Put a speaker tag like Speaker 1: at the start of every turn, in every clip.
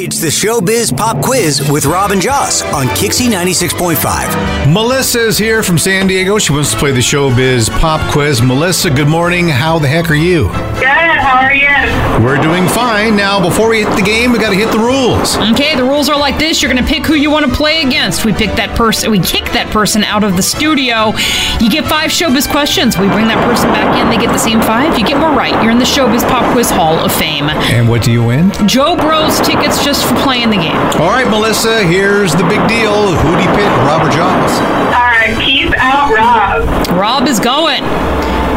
Speaker 1: It's the Showbiz Pop Quiz with Robin Joss on Kixie 96.5.
Speaker 2: Melissa is here from San Diego. She wants to play the Showbiz Pop Quiz. Melissa, good morning. How the heck are you?
Speaker 3: Good. How are you?
Speaker 2: We're doing fine. Now, before we hit the game, we got to hit the rules.
Speaker 4: Okay, the rules are like this. You're going to pick who you want to play against. We pick that person, we kick that person out of the studio. You get five Showbiz questions. We bring that person back in. They get the same five. You get more right. You're in the Showbiz Pop Quiz Hall of Fame.
Speaker 2: And what do you win?
Speaker 4: Joe Bros tickets just for playing the game.
Speaker 2: All right, Melissa, here's the big deal. Who do you pick, Rob or Jaws?
Speaker 3: All right, keep out Rob.
Speaker 4: Rob is going.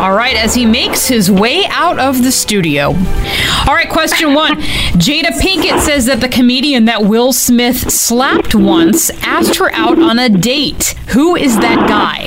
Speaker 4: All right, as he makes his way out of the studio. All right, question one. Jada Pinkett says that the comedian that Will Smith slapped once asked her out on a date. Who is that guy?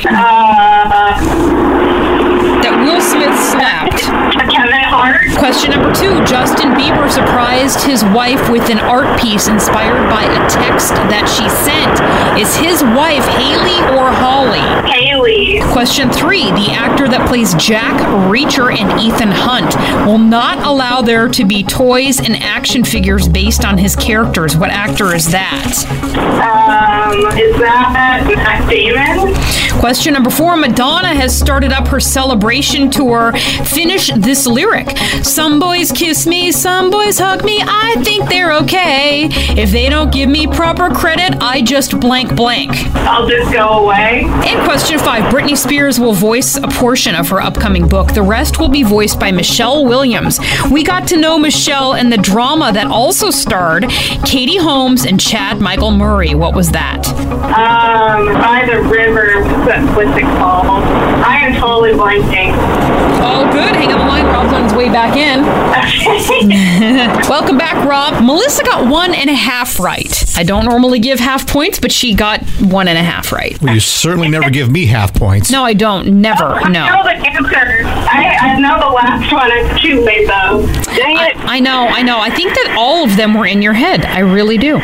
Speaker 3: Uh,
Speaker 4: that Will Smith slapped.
Speaker 3: Kevin Hart.
Speaker 4: Question number two Justin Bieber surprised his wife with an art piece inspired by a text that she sent. Is his wife Haley or Holly?
Speaker 3: Haley.
Speaker 4: Question three The actor that plays Jack Reacher and Ethan Hunt will not allow there to be toys and action figures based on his characters. What actor is that?
Speaker 3: Um, is that Matt Damon?
Speaker 4: Question number four Madonna has started up her celebration tour. Finish this lyric Some boys kiss me, some boys hug me, I think they're okay. If they don't give me proper credit, I just blank blank.
Speaker 3: I'll just go away.
Speaker 4: And question five Britney Spears will voice a portion of her upcoming book. The rest will be voiced by Michelle Williams. We got to know Michelle in the drama that also starred Katie Holmes and Chad Michael Murray. What was that?
Speaker 3: Um, by the river. What's it called? I am totally blanking.
Speaker 4: All good. Hang on the line. Rob's on his way back in. Welcome back, Rob. Melissa got one and a half right. I don't normally give half points, but she got one and a half right.
Speaker 2: Well, you certainly never give me half points.
Speaker 4: No, I don't. Never.
Speaker 3: Oh,
Speaker 4: no.
Speaker 3: I know the answer. I, I know the last one. It's too late, though. Dang
Speaker 4: I,
Speaker 3: it.
Speaker 4: I know. I know. I think that all of them were in your head. I really do.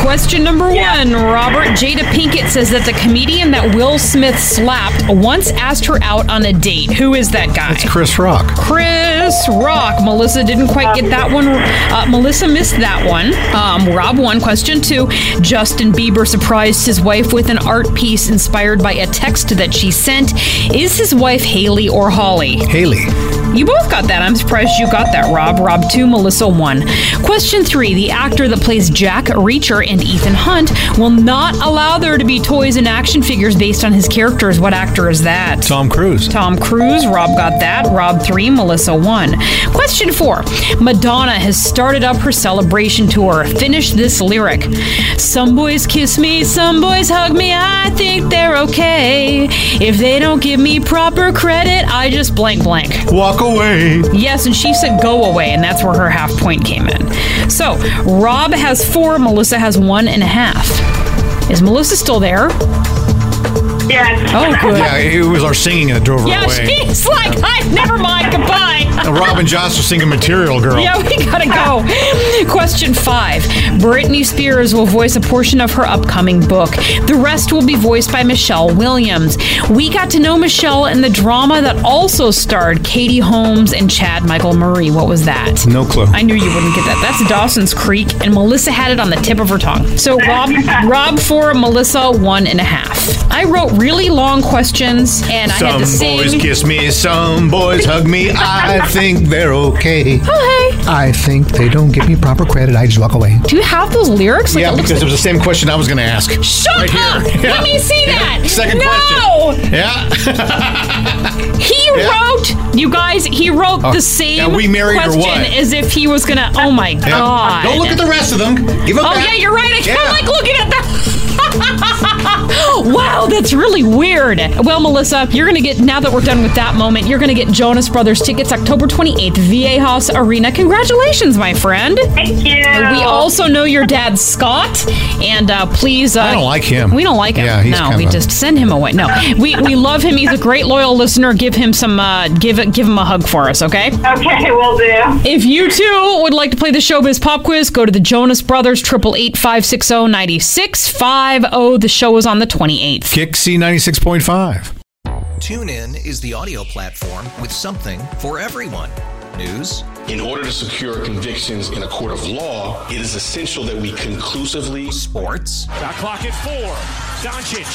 Speaker 4: Question number one Robert Jada Pinkett says that the comedian that Will Smith slapped once asked her out on a date. Who is that guy?
Speaker 2: It's Chris Rock.
Speaker 4: Chris Rock. Melissa didn't quite get that one. Uh, Melissa missed that one. Um, Rob won. Question two Justin Bieber surprised his wife with an art piece inspired by a text that she sent. Is his wife Haley or Holly?
Speaker 2: Haley.
Speaker 4: You both got that. I'm surprised you got that, Rob. Rob 2, Melissa 1. Question 3. The actor that plays Jack Reacher and Ethan Hunt will not allow there to be toys and action figures based on his characters. What actor is that?
Speaker 2: Tom Cruise.
Speaker 4: Tom Cruise. Rob got that. Rob 3, Melissa 1. Question 4. Madonna has started up her celebration tour. Finish this lyric Some boys kiss me, some boys hug me. I think they're okay. If they don't give me proper credit, I just blank blank.
Speaker 2: Walk away.
Speaker 4: Yes, and she said go away, and that's where her half point came in. So Rob has four, Melissa has one and a half. Is Melissa still there?
Speaker 3: Yes.
Speaker 4: Oh, good.
Speaker 2: Yeah, it was our singing that drove her
Speaker 4: Yeah,
Speaker 2: away.
Speaker 4: she's like, I, never mind, goodbye.
Speaker 2: Robin Joss was singing Material Girl.
Speaker 4: Yeah, we gotta go. Question five Britney Spears will voice a portion of her upcoming book. The rest will be voiced by Michelle Williams. We got to know Michelle in the drama that also starred Katie Holmes and Chad Michael Murray. What was that?
Speaker 2: No clue.
Speaker 4: I knew you wouldn't get that. That's Dawson's Creek, and Melissa had it on the tip of her tongue. So Rob, Rob four, Melissa one and a half. I wrote really long questions, and I had
Speaker 2: Some
Speaker 4: to sing.
Speaker 2: boys kiss me, some boys hug me. I think they're okay.
Speaker 4: Oh, hey.
Speaker 5: I think they don't give me proper credit. I just walk away.
Speaker 4: Do you have those lyrics? Like,
Speaker 2: Yeah,
Speaker 4: it looks
Speaker 2: because it was the same question I was going to ask.
Speaker 4: Shut
Speaker 2: Right here.
Speaker 4: up!
Speaker 2: Yeah.
Speaker 4: Let me see that.
Speaker 2: Second
Speaker 4: no!
Speaker 2: question. Yeah.
Speaker 4: He
Speaker 2: Yeah.
Speaker 4: wrote, you guys. He wrote
Speaker 2: Oh,
Speaker 4: the same
Speaker 2: yeah, we married or
Speaker 4: question
Speaker 2: what?
Speaker 4: as if he was gonna. Oh my
Speaker 2: Yeah.
Speaker 4: god!
Speaker 2: Don't look at the rest of them. Give them
Speaker 4: Oh
Speaker 2: back.
Speaker 4: yeah, you're right. I kind
Speaker 2: Yeah.
Speaker 4: of like looking at that. wow, that's really weird. Well, Melissa, you're gonna get now that we're done with that moment, you're gonna get Jonas Brothers tickets October 28th, VA House Arena. Congratulations, my friend.
Speaker 3: Thank you.
Speaker 4: We also know your dad, Scott, and uh, please. Uh,
Speaker 2: I don't like him.
Speaker 4: We don't like him.
Speaker 2: Yeah, he's
Speaker 4: no, we
Speaker 2: kinda-
Speaker 4: just send him away. No, we we love him. He's a great loyal listener. Give him some. Uh, give give him a hug for us, okay?
Speaker 3: Okay, we'll do.
Speaker 4: If you too would like to play the Showbiz Pop Quiz, go to the Jonas Brothers, 888 560 9650. The show is on the 28th.
Speaker 2: Kick C96.5.
Speaker 6: TuneIn is the audio platform with something for everyone. News,
Speaker 7: In order to secure convictions in a court of law, it is essential that we conclusively
Speaker 6: sports,
Speaker 8: The clock at four. Doncic.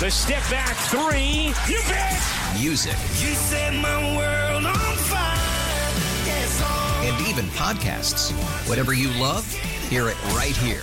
Speaker 8: The step back three. You bet.
Speaker 6: music,
Speaker 9: You set my world on fire. Yes, oh.
Speaker 6: and even podcasts. Whatever you love, hear it right here